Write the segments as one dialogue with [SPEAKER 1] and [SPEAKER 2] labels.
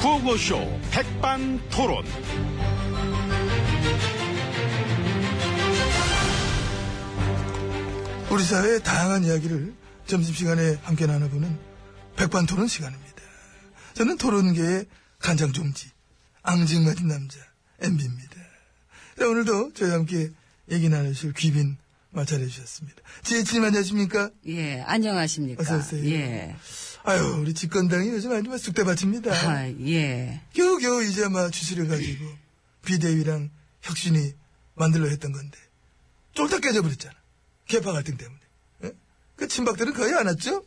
[SPEAKER 1] 구호쇼 백반토론.
[SPEAKER 2] 우리 사회의 다양한 이야기를 점심시간에 함께 나눠보는 백반토론 시간입니다. 저는 토론계의 간장종지, 앙증맞은 남자, MB입니다. 오늘도 저희와 함께 얘기 나누실 귀빈 마찰해 주셨습니다. 지혜진님 안녕하십니까?
[SPEAKER 3] 예, 안녕하십니까.
[SPEAKER 2] 어서 오세요.
[SPEAKER 3] 예.
[SPEAKER 2] 아유, 우리 집권당이 요즘 아주 막 쑥대밭입니다.
[SPEAKER 3] 아, 예.
[SPEAKER 2] 겨우겨우 이제 막 주시를 가지고 비대위랑 혁신이 만들려 했던 건데 쫄딱 깨져버렸잖아. 개파 갈등 때문에. 예? 그 친박들은 거의 안 왔죠?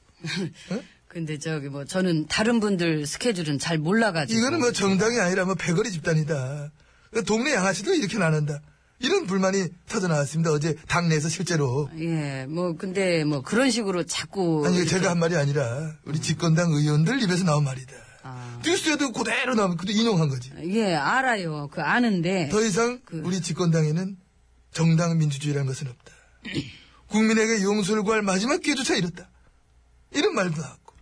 [SPEAKER 2] 예?
[SPEAKER 3] 근데 저기 뭐 저는 다른 분들 스케줄은 잘 몰라가지고.
[SPEAKER 2] 이거는 뭐 정당이 아니라 뭐 배거리 집단이다. 그 동네 양아치들 이렇게 안 한다. 이런 불만이 터져 나왔습니다. 어제 당내에서 실제로.
[SPEAKER 3] 예, 뭐 근데 뭐 그런 식으로 자꾸.
[SPEAKER 2] 아니 이게
[SPEAKER 3] 이렇게-
[SPEAKER 2] 제가 한 말이 아니라 우리 집권당 의원들 입에서 나온 말이다.
[SPEAKER 3] 아.
[SPEAKER 2] 뉴스에도 그대로 나오면 그도 인용한 거지.
[SPEAKER 3] 예, 알아요. 그 아는데.
[SPEAKER 2] 더 이상
[SPEAKER 3] 그-
[SPEAKER 2] 우리 집권당에는 정당 민주주의라는 것은 없다. 국민에게 용서를 구할 마지막 기회조차 잃었다. 이런 말도 하고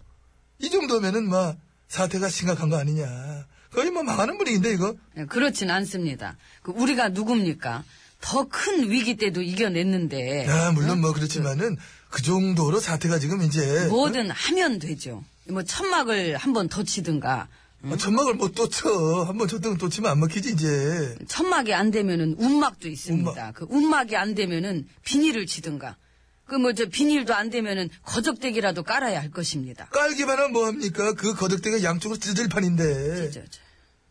[SPEAKER 2] 이 정도면은 막 사태가 심각한 거 아니냐. 거의 뭐 망하는 분위기인데 이거.
[SPEAKER 3] 예, 그렇진 않습니다. 그 우리가 누굽니까? 더 큰 위기 때도 이겨냈는데.
[SPEAKER 2] 아, 물론 뭐 그렇지만은 그 정도로 사태가 지금 이제
[SPEAKER 3] 네. 뭐든 하면 되죠. 뭐 천막을 한 번 더 치든가.
[SPEAKER 2] 아, 천막을 뭐 또 쳐. 한번 쳤던 또 치면 안 먹히지 이제.
[SPEAKER 3] 천막이 안 되면은 운막도 있습니다.
[SPEAKER 2] 운막.
[SPEAKER 3] 그 운막이 안 되면은 비닐을 치든가. 그 뭐 저 비닐도 안 되면은 거적대기라도 깔아야 할 것입니다.
[SPEAKER 2] 깔기만 하면 뭐합니까? 그 거덕대가 양쪽으로 찢을 판인데.
[SPEAKER 3] 저, 저.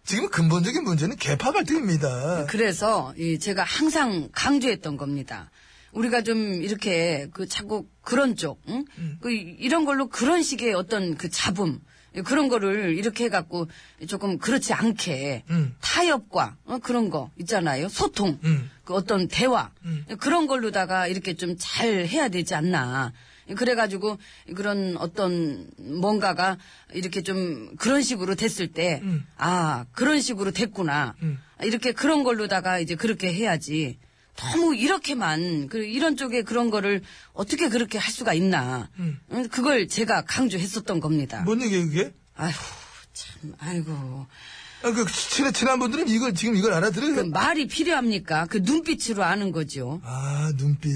[SPEAKER 2] 지금 근본적인 문제는 개파 갈등입니다.
[SPEAKER 3] 그래서 이 제가 항상 강조했던 겁니다. 우리가 좀 이렇게 그 자꾸 그런 쪽, 응?
[SPEAKER 2] 음.
[SPEAKER 3] 그 이런 걸로 그런 식의 어떤 그 잡음 그런 거를 이렇게 해갖고 조금 그렇지 않게
[SPEAKER 2] 음.
[SPEAKER 3] 타협과 어, 그런 거 있잖아요 소통
[SPEAKER 2] 음.
[SPEAKER 3] 그 어떤 대화
[SPEAKER 2] 음.
[SPEAKER 3] 그런 걸로다가 이렇게 좀 잘 해야 되지 않나. 그래가지고 그런 어떤 뭔가가 이렇게 좀 그런 식으로 됐을 때,
[SPEAKER 2] 음.
[SPEAKER 3] 아, 그런 식으로 됐구나.
[SPEAKER 2] 음.
[SPEAKER 3] 이렇게 그런 걸로다가 이제 그렇게 해야지. 너무 이렇게만, 그 이런 쪽에 그런 거를 어떻게 그렇게 할 수가 있나.
[SPEAKER 2] 음. 뭐-
[SPEAKER 3] 음, 그걸 제가 강조했었던 겁니다.
[SPEAKER 2] 뭔 얘기예요, 그게?
[SPEAKER 3] 아휴, 참, 아이고.
[SPEAKER 2] 아, 그, 친한, 친한 분들은 이걸, 지금 이걸 알아들어요.
[SPEAKER 3] 그 말이 필요합니까? 그 눈빛으로 아는 거죠.
[SPEAKER 2] 아, 눈빛.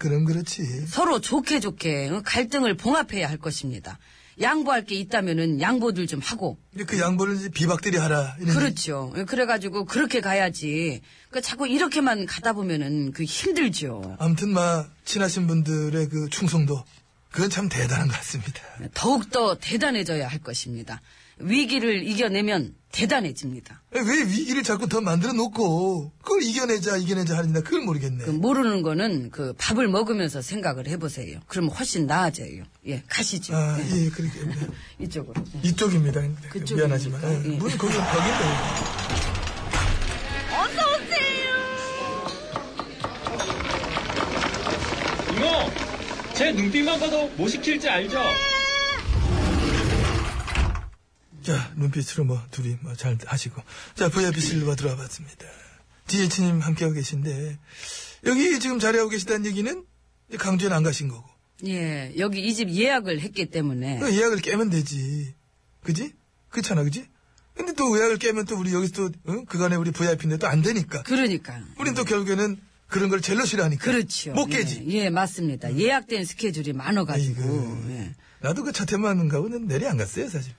[SPEAKER 2] 그럼 그렇지.
[SPEAKER 3] 서로 좋게 좋게 어, 갈등을 봉합해야 할 것입니다. 양보할 게 있다면은 양보들 좀 하고.
[SPEAKER 2] 근데 그 양보를 이제 비박들이 하라. 이런
[SPEAKER 3] 그렇죠. 어, 그래가지고 그렇게 가야지. 그 자꾸 이렇게만 가다 보면은 그 힘들죠.
[SPEAKER 2] 아무튼, 마, 친하신 분들의 그 충성도. 그건 참 대단한 것 같습니다.
[SPEAKER 3] 더욱더 대단해져야 할 것입니다. 위기를 이겨내면 대단해집니다.
[SPEAKER 2] 왜 위기를 자꾸 더 만들어 놓고, 그걸 이겨내자, 이겨내자 하느냐, 그걸 모르겠네.
[SPEAKER 3] 그 모르는 거는 그 밥을 먹으면서 생각을 해보세요. 그러면 훨씬 나아져요. 예, 가시죠.
[SPEAKER 2] 아,
[SPEAKER 3] 예,
[SPEAKER 2] 예, 그렇게.
[SPEAKER 3] 이쪽으로. 예.
[SPEAKER 2] 이쪽입니다.
[SPEAKER 3] 그쪽입니까?
[SPEAKER 2] 미안하지만. 예.
[SPEAKER 3] 예.
[SPEAKER 2] 문 거기 벽인데.
[SPEAKER 4] 이모, 제 눈빛만 봐도 뭐 시킬지 알죠?
[SPEAKER 2] 자, 눈빛으로 뭐, 둘이 뭐 잘 하시고. 자, VIP실로 들어와 봤습니다. DH님 함께하고 계신데, 여기 지금 자리하고 계시다는 얘기는 이제 강주에는 안 가신 거고.
[SPEAKER 3] 예, 여기 이 집 예약을 했기 때문에.
[SPEAKER 2] 그 예약을 깨면 되지. 그지? 그렇잖아, 그지? 근데 또 예약을 깨면 또 우리 여기서 또, 응? 그간에 우리 VIP인데 또 안 되니까.
[SPEAKER 3] 그러니까.
[SPEAKER 2] 우린 또 결국에는 그런 걸 젤로 싫어하니까.
[SPEAKER 3] 그렇죠.
[SPEAKER 2] 못 깨지.
[SPEAKER 3] 예, 예, 맞습니다. 예약된 스케줄이 많아가지고.
[SPEAKER 2] 아이고.
[SPEAKER 3] 예.
[SPEAKER 2] 나도 그 첫해만 가고 는 내리 안 갔어요, 사실.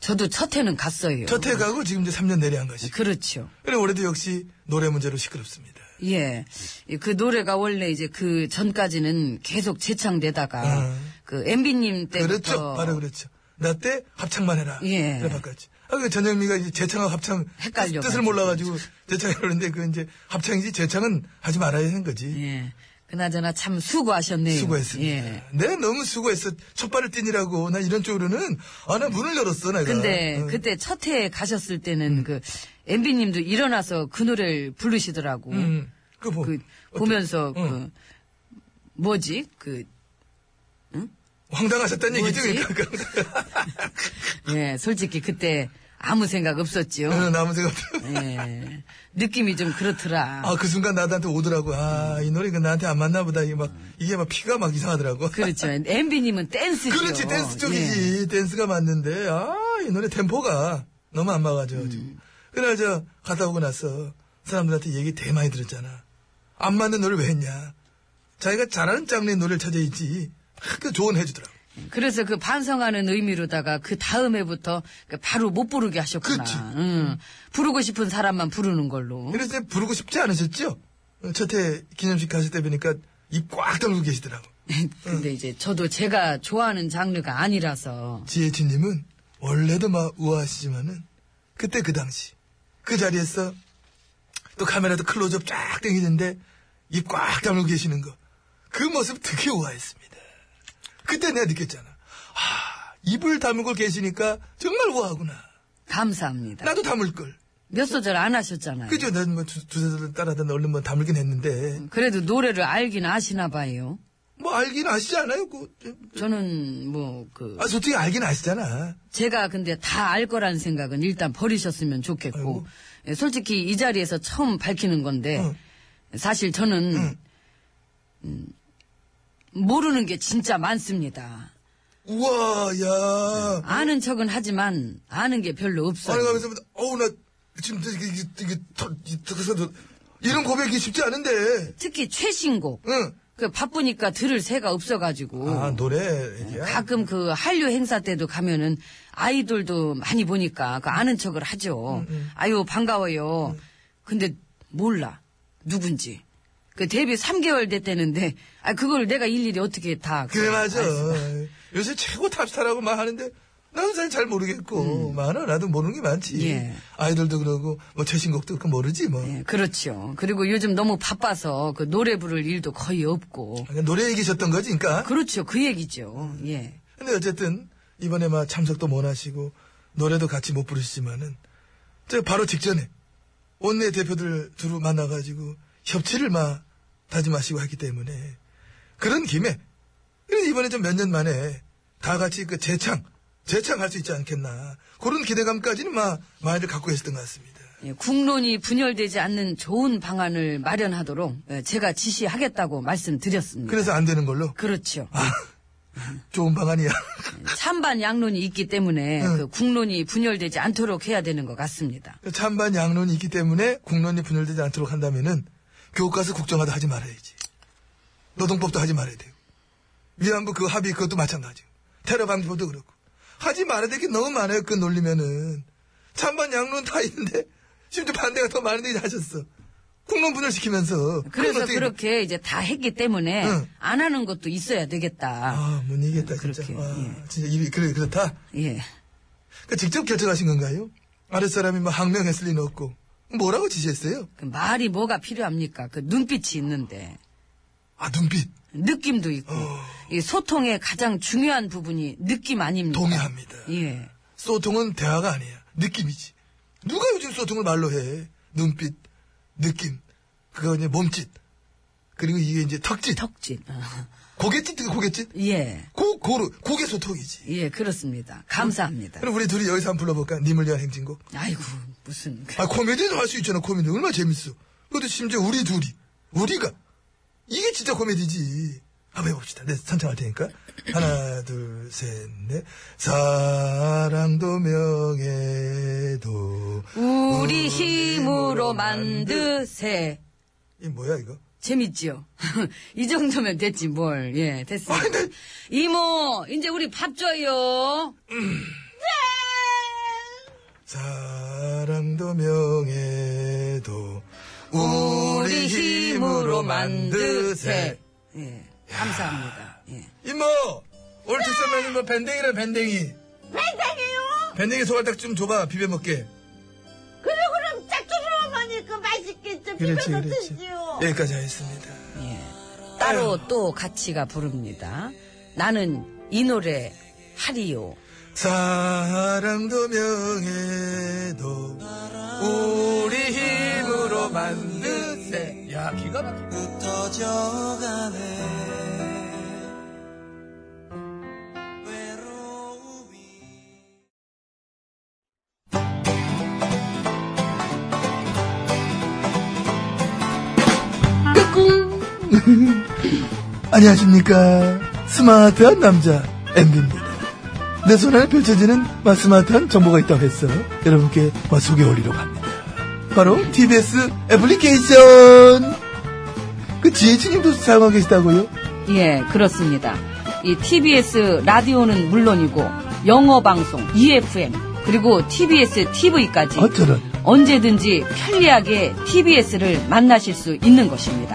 [SPEAKER 3] 저도 첫 해는 갔어요.
[SPEAKER 2] 첫해 가고 지금 이제 3년 내리 한 것이.
[SPEAKER 3] 네. 그렇죠.
[SPEAKER 2] 그래, 올해도 역시 노래 문제로 시끄럽습니다.
[SPEAKER 3] 예. 이그 노래가 원래 이제 그 전까지는 계속 재창되다가
[SPEAKER 2] 아.
[SPEAKER 3] 그 MB님 때부터.
[SPEAKER 2] 그렇죠. 바로 그렇죠. 나 때 합창만 해라.
[SPEAKER 3] 예.
[SPEAKER 2] 그래, 바꿨지. 아, 그 전영미가 이제 재창하고 합창
[SPEAKER 3] 헷갈려가지고.
[SPEAKER 2] 뜻을 몰라가지고 재창이라는데 그 이제 합창이지 재창은 하지 말아야 하는 거지.
[SPEAKER 3] 예. 그나저나 참 수고하셨네요.
[SPEAKER 2] 수고했습니다.
[SPEAKER 3] 예.
[SPEAKER 2] 내 너무 수고했어. 첫발을 뛰느라고. 나 이런 쪽으로는, 아, 나 문을 열었어, 내가.
[SPEAKER 3] 근데
[SPEAKER 2] 어.
[SPEAKER 3] 그때 첫 해에 가셨을
[SPEAKER 2] 음.
[SPEAKER 3] 때는 그 MB님도 일어나서 그 노래를 부르시더라고.
[SPEAKER 2] 음, 그 뭐.
[SPEAKER 3] 그
[SPEAKER 2] 어때? 응.
[SPEAKER 3] 보면서 그 뭐지? 그
[SPEAKER 2] 황당하셨다는 얘기죠,
[SPEAKER 3] 뭐지?
[SPEAKER 2] 그러니까.
[SPEAKER 3] 예, 솔직히 그때 아무 생각 없었지요.
[SPEAKER 2] 어, 나 아무 생각 없
[SPEAKER 3] 예. 느낌이 좀 그렇더라.
[SPEAKER 2] 아, 그 순간 나한테 오더라고. 아, 이 노래 가 나한테 안 맞나 보다. 이게 막, 이게 막 피가 막 이상하더라고.
[SPEAKER 3] 그렇죠. MB님은 댄스죠. 예.
[SPEAKER 2] 그렇지 댄스 쪽이지 댄스가 맞는데 아 이 노래 템포가 너무 안 막아줘 지금. 그래 저 갔다 오고 나서 사람들한테 얘기 대 많이 들었잖아. 안 맞는 노래 를왜 했냐? 자기가 잘하는 장르의 노래를 찾아 있지. 그 조언해 주더라고.
[SPEAKER 3] 그래서 그 반성하는 의미로다가 그 다음 해부터 그 바로 못 부르게 하셨구나.
[SPEAKER 2] 그치.
[SPEAKER 3] 응. 부르고 싶은 사람만 부르는 걸로.
[SPEAKER 2] 이럴 때 부르고 싶지 않으셨죠? 첫해 기념식 가실 때 보니까 입 꽉 다물고 계시더라고.
[SPEAKER 3] 근데 이제 저도 제가 좋아하는 장르가 아니라서.
[SPEAKER 2] 지혜진님은 원래도 막 우아하시지만은 그때 그 당시 그 자리에서 또 카메라도 클로즈업 쫙 당기는데 입 꽉 다물고 계시는 거 그 모습 되게 우아했습니다. 그때 내가 느꼈잖아. 아 입을 다물고 계시니까 정말 우아하구나.
[SPEAKER 3] 감사합니다.
[SPEAKER 2] 나도 다물 걸.
[SPEAKER 3] 몇 소절 안 하셨잖아요.
[SPEAKER 2] 그죠? 난뭐 두세 달 따라하던 얼른 뭐 다물긴 했는데
[SPEAKER 3] 그래도 노래를 알긴 아시나 봐요.
[SPEAKER 2] 뭐 알긴 아시지 않아요? 그
[SPEAKER 3] 저는 뭐 그
[SPEAKER 2] 아, 솔직히 알긴 아시잖아.
[SPEAKER 3] 제가 근데 다 알 거란 생각은 일단 버리셨으면 좋겠고
[SPEAKER 2] 아이고.
[SPEAKER 3] 예, 솔직히 이 자리에서 처음 밝히는 건데
[SPEAKER 2] 응.
[SPEAKER 3] 사실 저는 음, 모르는 게 진짜 많습니다.
[SPEAKER 2] 우와, 야.
[SPEAKER 3] 아는 척은 하지만 아는 게 별로
[SPEAKER 2] 아니,
[SPEAKER 3] 없어요.
[SPEAKER 2] 가면서, 어우, 나, 지금, 이게, 이게, 이게, 터- 이- 터- 이런 고백이 쉽지 않은데.
[SPEAKER 3] 특히 최신곡
[SPEAKER 2] 응.
[SPEAKER 3] 그 바쁘니까 들을 새가 없어가지고
[SPEAKER 2] 아, 노래, 얘기야.
[SPEAKER 3] 가끔 그 한류 행사 때도 가면은 아이돌도 많이 보니까 그 아는 척을 하죠.
[SPEAKER 2] 음,
[SPEAKER 3] 아유 반가워요. 근데 몰라 누군지. 그 데뷔 3개월 됐다는데 아 그걸 내가 일일이 어떻게 다
[SPEAKER 2] 그래,
[SPEAKER 3] 그걸
[SPEAKER 2] 맞아.
[SPEAKER 3] 알 수가.
[SPEAKER 2] 요새 최고 탑스타라고 막 하는데, 나는 사실 잘 모르겠고, 많아. 나도 모르는 게 많지.
[SPEAKER 3] 예.
[SPEAKER 2] 아이돌도 그러고, 뭐, 최신곡도 그렇고 모르지, 뭐.
[SPEAKER 3] 예, 그렇죠. 그리고 요즘 너무 바빠서 그 노래 부를 일도 거의 없고.
[SPEAKER 2] 그냥 아, 노래 얘기셨던 거지, 그러니까. 그니까.
[SPEAKER 3] 그렇죠. 그 얘기죠. 예.
[SPEAKER 2] 근데 어쨌든, 이번에 막 참석도 못 하시고, 노래도 같이 못 부르시지만은, 저 바로 직전에, 원내 대표들 두루 만나가지고 협치를 막 다짐하시고 했기 때문에 그런 김에 그래서 이번에 좀 몇 년 만에 다 같이 그 재창 재창할 수 있지 않겠나 그런 기대감까지는 막 많이들 갖고 계셨던 것 같습니다.
[SPEAKER 3] 예, 국론이 분열되지 않는 좋은 방안을 마련하도록 예, 제가 지시하겠다고 말씀드렸습니다.
[SPEAKER 2] 그래서 안 되는 걸로 아,
[SPEAKER 3] 그렇죠.
[SPEAKER 2] 좋은 방안이야.
[SPEAKER 3] 찬반 양론이 있기
[SPEAKER 2] 네.
[SPEAKER 3] 때문에 그 국론이 분열되지 않도록 해야 되는 것 같습니다.
[SPEAKER 2] 찬반 양론이 있기 때문에 국론이 분열되지 않도록 한다면은 교과서 국정화도 하지 말아야지. 노동법도 하지 말아야 돼요. 위안부 그 합의 그것도 마찬가지고 테러 방지법도 그렇고 하지 말아야 될 게 너무 많아요. 그 놀리면은 찬반 양론 다 있는데 심지어 반대가 더 많은데 이제 하셨어. 국론 분열시키면서
[SPEAKER 3] 그래서
[SPEAKER 2] 그건 어떻게-
[SPEAKER 3] 그렇게 이제 다 했기 때문에
[SPEAKER 2] 응.
[SPEAKER 3] 안 하는 것도 있어야 되겠다.
[SPEAKER 2] 아, 못 이기겠다 진짜.
[SPEAKER 3] 그렇게,
[SPEAKER 2] 아,
[SPEAKER 3] 예.
[SPEAKER 2] 진짜 이 그래 그렇다.
[SPEAKER 3] 예.
[SPEAKER 2] 그 직접 결정하신 건가요? 아랫사람이 막 항명했을 리는 없고 뭐라고 지시했어요?
[SPEAKER 3] 그 말이 뭐가 필요합니까? 그 눈빛이 있는데
[SPEAKER 2] 아 눈빛
[SPEAKER 3] 느낌도 있고
[SPEAKER 2] 어.
[SPEAKER 3] 이 소통의 가장 중요한 부분이 느낌 아닙니까?
[SPEAKER 2] 동의합니다.
[SPEAKER 3] 예.
[SPEAKER 2] 소통은 대화가 아니야. 느낌이지. 누가 요즘 소통을 말로 해? 눈빛, 느낌, 그거 이제 몸짓, 그리고 이게 이제 턱짓,
[SPEAKER 3] 덕진.
[SPEAKER 2] 고갯짓, 그 고갯짓,
[SPEAKER 3] 예.
[SPEAKER 2] 고, 고루, 고개 소통이지.
[SPEAKER 3] 예, 그렇습니다. 감사합니다.
[SPEAKER 2] 그럼 우리 둘이 여기서 한번 불러볼까? 님을 위한 행진곡.
[SPEAKER 3] 아이고, 무슨. 그
[SPEAKER 2] 아, 코미디도 할 수 있잖아, 코미디. 얼마나 재밌어. 그것도 심지어 우리 둘이. 우리가. 이게 진짜 코미디지. 한번 해봅시다. 네, 선창할 테니까. 하나, 둘, 셋, 넷. 사랑도 명예도.
[SPEAKER 3] 우리 힘으로 만드세.
[SPEAKER 2] 이 뭐야, 이거?
[SPEAKER 3] 재밌지요? 이 정도면 됐지, 뭘. 예, 됐어.
[SPEAKER 2] 아, 근데-
[SPEAKER 3] 이모, 이제 우리 밥 줘요.
[SPEAKER 2] 사랑도 명예도.
[SPEAKER 3] 우리
[SPEAKER 2] 우리
[SPEAKER 3] 힘으로
[SPEAKER 2] 힘으로
[SPEAKER 3] 만드세.
[SPEAKER 2] 만드세.
[SPEAKER 3] 예, 감사합니다. 예.
[SPEAKER 2] 이모! 오늘 특산메뉴 뭐 밴댕이라 밴댕이.
[SPEAKER 5] 뱅뱅이요?
[SPEAKER 2] 밴댕이 소갈딱 좀 줘봐,
[SPEAKER 5] 그래,
[SPEAKER 2] 비벼먹게.
[SPEAKER 5] 그럼 짝조로 먹으니까 그 맛있겠죠.
[SPEAKER 2] 그렇지,
[SPEAKER 5] 비벼서
[SPEAKER 2] 그렇지.
[SPEAKER 5] 드시오.
[SPEAKER 2] 여기까지 하겠습니다.
[SPEAKER 3] 따로 또 같이가 부릅니다. 나는 이 노래 하리요.
[SPEAKER 2] 사랑도 명예도 우리 힘으로 만든 새. 야, 기가 막혀. 안녕하십니까. 스마트한 남자, 엠비입니다. 내 손 안에 펼쳐지는 마스마트한 정보가 있다고 해서 여러분께 마 소개해드리려고 합니다. 바로 TBS 애플리케이션. 그 지혜진님도 사용하고 계시다고요?
[SPEAKER 3] 예, 그렇습니다. 이 TBS 라디오는 물론이고 영어 방송, EFM, 그리고 TBS TV까지
[SPEAKER 2] 어쩌면.
[SPEAKER 3] 언제든지 편리하게 TBS를 만나실 수 있는 것입니다.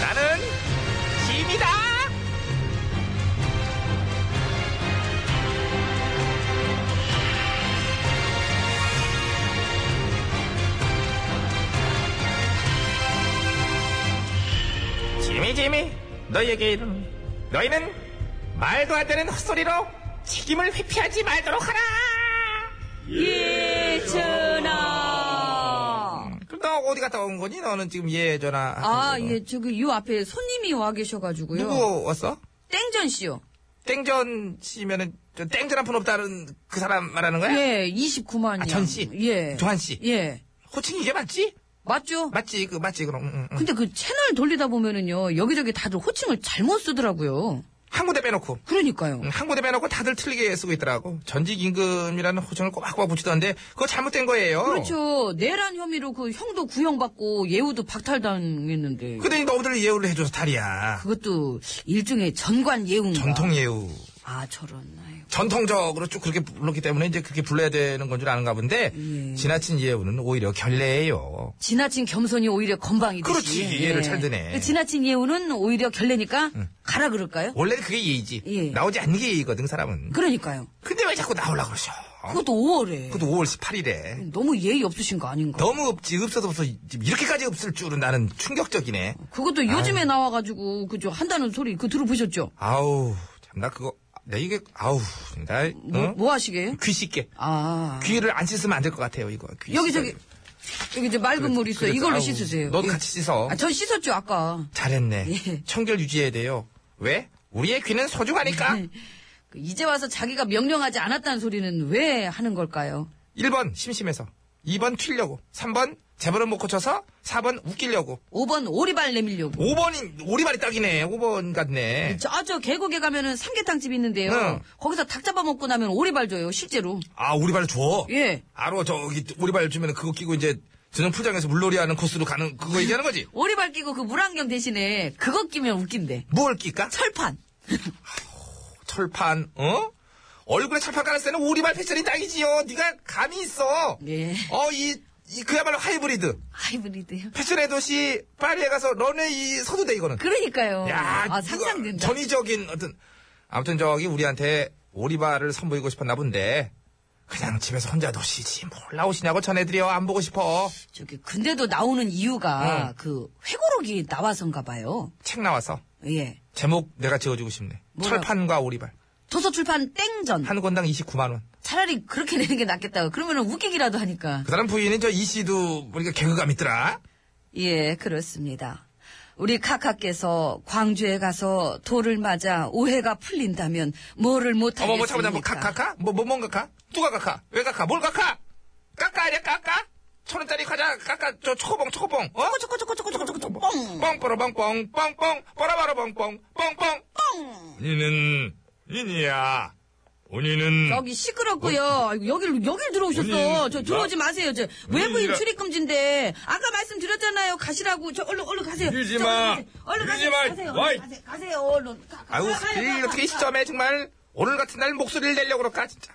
[SPEAKER 1] 나는 짐이다. 짐이 짐이 너희에게 이르는 너희는 말도 안 되는 헛소리로 책임을 회피하지 말도록 하라.
[SPEAKER 3] 예천아.
[SPEAKER 6] 그럼 너 어디 갔다 온 거니? 너는 지금 예전화.
[SPEAKER 3] 아, 예, 저기 요 앞에 손님이 와 계셔가지고요.
[SPEAKER 6] 누구 왔어?
[SPEAKER 3] 땡전 씨요.
[SPEAKER 6] 땡전 씨면은 저 땡전 한 푼 없다는 그 사람 말하는 거야?
[SPEAKER 3] 예, 29만이요.
[SPEAKER 6] 아, 전 씨?
[SPEAKER 3] 예.
[SPEAKER 6] 조한 씨?
[SPEAKER 3] 예.
[SPEAKER 6] 호칭이 이게 맞지?
[SPEAKER 3] 맞죠?
[SPEAKER 6] 맞지 그 맞지 그럼. 응, 응.
[SPEAKER 3] 근데 그 채널 돌리다 보면은요, 여기저기 다들 호칭을 잘못 쓰더라고요.
[SPEAKER 6] 한 군데 빼놓고.
[SPEAKER 3] 그러니까요.
[SPEAKER 6] 응, 한 군데 빼놓고 다들 틀리게 쓰고 있더라고. 전직 임금이라는 호칭을 꼬박꼬박 붙이던데 그거 잘못된 거예요.
[SPEAKER 3] 그렇죠. 내란 혐의로 그 형도 구형받고 예우도 박탈당했는데. 그...
[SPEAKER 6] 근데 너희들 예우를 해줘서 탈이야.
[SPEAKER 3] 것도 일종의 전관 예우인가.
[SPEAKER 6] 전통 예우.
[SPEAKER 3] 아, 저런. 아이고.
[SPEAKER 6] 전통적으로 쭉 그렇게 불렀기 때문에 이제 그렇게 불러야 되는 건 줄 아는가 본데
[SPEAKER 3] 예.
[SPEAKER 6] 지나친 예우는 오히려 결례예요.
[SPEAKER 3] 지나친 겸손이 오히려 건방이듯이.
[SPEAKER 6] 그렇지.
[SPEAKER 3] 예.
[SPEAKER 6] 이해를 잘 드네.
[SPEAKER 3] 그 지나친 예우는 오히려 결례니까 가라 그럴까요?
[SPEAKER 6] 원래는 그게 예의지.
[SPEAKER 3] 예.
[SPEAKER 6] 나오지 않는 게 예의거든, 사람은.
[SPEAKER 3] 그러니까요.
[SPEAKER 6] 근데 왜 자꾸 나오려고 그러셔?
[SPEAKER 3] 그것도 5월에.
[SPEAKER 6] 그것도 5월 18일에.
[SPEAKER 3] 너무 예의 없으신 거 아닌가?
[SPEAKER 6] 너무 없지, 없어서 없어. 지금 이렇게까지 없을 줄은 나는 충격적이네.
[SPEAKER 3] 그것도 요즘에 나와가지고 그저 한다는 소리 그 들어보셨죠?
[SPEAKER 6] 아우, 참, 나 그거, 나 이게, 아우, 나, 어?
[SPEAKER 3] 뭐, 뭐 하시게요?
[SPEAKER 6] 귀 씻게.
[SPEAKER 3] 아
[SPEAKER 6] 귀를 안 씻으면 안 될 것 같아요, 이거. 귀
[SPEAKER 3] 여기
[SPEAKER 6] 씻어야
[SPEAKER 3] 저기
[SPEAKER 6] 돼.
[SPEAKER 3] 여기 이제 맑은 물 있어요.
[SPEAKER 6] 그래서,
[SPEAKER 3] 이걸로
[SPEAKER 6] 아우,
[SPEAKER 3] 씻으세요.
[SPEAKER 6] 넌
[SPEAKER 3] 예.
[SPEAKER 6] 같이 씻어.
[SPEAKER 3] 아, 전 씻었죠 아까.
[SPEAKER 6] 잘했네.
[SPEAKER 3] 예.
[SPEAKER 6] 청결 유지해야 돼요. 왜? 우리의 귀는 소중하니까.
[SPEAKER 3] 그 이제 와서 자기가 명령하지 않았다는 소리는 왜 하는 걸까요?
[SPEAKER 6] 1번, 심심해서. 2번, 튀려고. 3번, 재벌은 못 고쳐서. 4번, 웃기려고.
[SPEAKER 3] 5번 오리발 내밀려고.
[SPEAKER 6] 5번이 오리발이 딱이네. 5번 같네.
[SPEAKER 3] 저, 저 계곡에 가면은 삼계탕집 있는데요.
[SPEAKER 6] 응.
[SPEAKER 3] 거기서 닭 잡아먹고 나면 오리발 줘요 실제로.
[SPEAKER 6] 아 오리발 줘.
[SPEAKER 3] 예.
[SPEAKER 6] 아로 저기 오리발 주면 그거 끼고 이제 저녁 풀장에서 물놀이하는 코스로 가는 그거
[SPEAKER 3] 예.
[SPEAKER 6] 얘기하는 거지.
[SPEAKER 3] 오리발 끼고 그 물안경 대신에 그거 끼면 웃긴데.
[SPEAKER 6] 뭘 끼까?
[SPEAKER 3] 철판.
[SPEAKER 6] 철판. 어? 얼굴에 철판 깔았을 때는 오리발 패션이 딱이지요. 네가 감이 있어.
[SPEAKER 3] 예.
[SPEAKER 6] 어이 이 그야말로 하이브리드.
[SPEAKER 3] 하이브리드요.
[SPEAKER 6] 패션의 도시 파리에 가서 런웨이 서도 돼 이거는.
[SPEAKER 3] 그러니까요.
[SPEAKER 6] 야,
[SPEAKER 3] 아
[SPEAKER 6] 그거
[SPEAKER 3] 상상된다.
[SPEAKER 6] 전위적인 어떤 아무튼 저기 우리한테 오리발을 선보이고 싶었나 본데 그냥 집에서 혼자 도시지 뭘 나오시냐고 전해드려 안 보고 싶어
[SPEAKER 3] 저기 근데도 나오는 이유가
[SPEAKER 6] 응.
[SPEAKER 3] 그 회고록이 나와서인가 봐요.
[SPEAKER 6] 책 나와서
[SPEAKER 3] 예.
[SPEAKER 6] 제목 내가 지어주고 싶네
[SPEAKER 3] 뭐라고?
[SPEAKER 6] 철판과 오리발
[SPEAKER 3] 도서 출판 땡전.
[SPEAKER 6] 한 권당 29만 원 그
[SPEAKER 3] 차라리 그렇게 내는 게 낫겠다. 그러면 웃기기라도 하니까.
[SPEAKER 6] 사람 부인은 저 이 씨도 보니까 개그감 있더라
[SPEAKER 3] 예, 그렇습니다. 우리 카카께서 광주에 가서 돌을 맞아 오해가 풀린다면 뭐를
[SPEAKER 6] 어머
[SPEAKER 3] 못하겠습니까?
[SPEAKER 6] 뭐 잠깐만 뭐 카카카 뭐뭐 뭔가 카 누가 카카 왜 카카 뭘 카카 까까 아니야 까까 천 원짜리 과자 까까 저 초코봉 초코봉 어 초코 초코 초코 초코 초코 초코 뻥뻥 뻥뻥 뻥뻥 뽀라바로 뻥뻥 뻥뻥
[SPEAKER 1] 니는 니니야. 본인은
[SPEAKER 3] 여기 시끄럽고요. 아이고, 여길 여길 들어오셨어.
[SPEAKER 1] 본인,
[SPEAKER 3] 저 들어오지 마세요. 저 외부인
[SPEAKER 1] 본인이라-
[SPEAKER 3] 출입 금지인데 아까 말씀드렸잖아요. 가시라고. 저 얼른 얼른 가세요.
[SPEAKER 1] 밀지
[SPEAKER 3] 저,
[SPEAKER 1] 마.
[SPEAKER 3] 가세요. 얼른
[SPEAKER 1] 밀지
[SPEAKER 3] 가세요.
[SPEAKER 1] 마.
[SPEAKER 3] 가세요.
[SPEAKER 1] 와이.
[SPEAKER 3] 얼른 가세요. 가세요. 얼른. 가, 가,
[SPEAKER 6] 아유
[SPEAKER 3] 가, 가,
[SPEAKER 6] 이
[SPEAKER 3] 가,
[SPEAKER 6] 어떻게 이
[SPEAKER 3] 가.
[SPEAKER 6] 시점에 정말 오늘 같은 날 목소리를 내려고 그럴까 진짜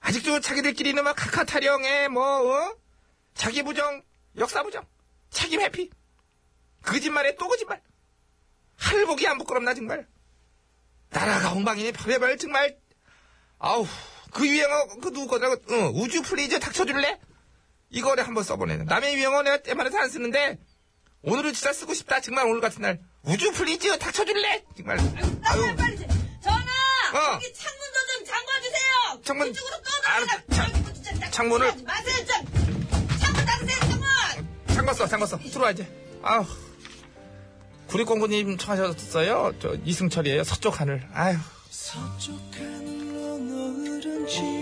[SPEAKER 6] 아직도 자기들끼리는 막 카카 타령에 뭐 어? 자기 부정 역사 부정 책임 회피 거짓말에 또 거짓말 할복이 안 부끄럽나 정말 나라가 엉망이니 별의별 정말 아우 그 유행어 그 누구 거더라고 응, 우주 플리즈 닥쳐줄래 이거를 한번 써보네 남의 유행어 내가 때마다 안 쓰는데 오늘은 진짜 쓰고 싶다. 정말 오늘 같은 날. 우주 플리즈 닥쳐줄래? 정말.
[SPEAKER 3] 빨리 빨리 전화
[SPEAKER 6] 어.
[SPEAKER 3] 여기 창문도 좀 잠궈주세요
[SPEAKER 6] 창문.
[SPEAKER 3] 그쪽으로
[SPEAKER 6] 알았어.
[SPEAKER 3] 꺼내라 아이고, 진짜 나
[SPEAKER 6] 창문을.
[SPEAKER 3] 하지 마세요 좀 창문 닫으세요 창문
[SPEAKER 6] 잠궜어, 잠궜어. 들어와야지. 아우. 구리공구님 청하셨어요? 저 이승철이에요. 서쪽 하늘. 아휴.
[SPEAKER 7] 서쪽 하늘로 노을은 지고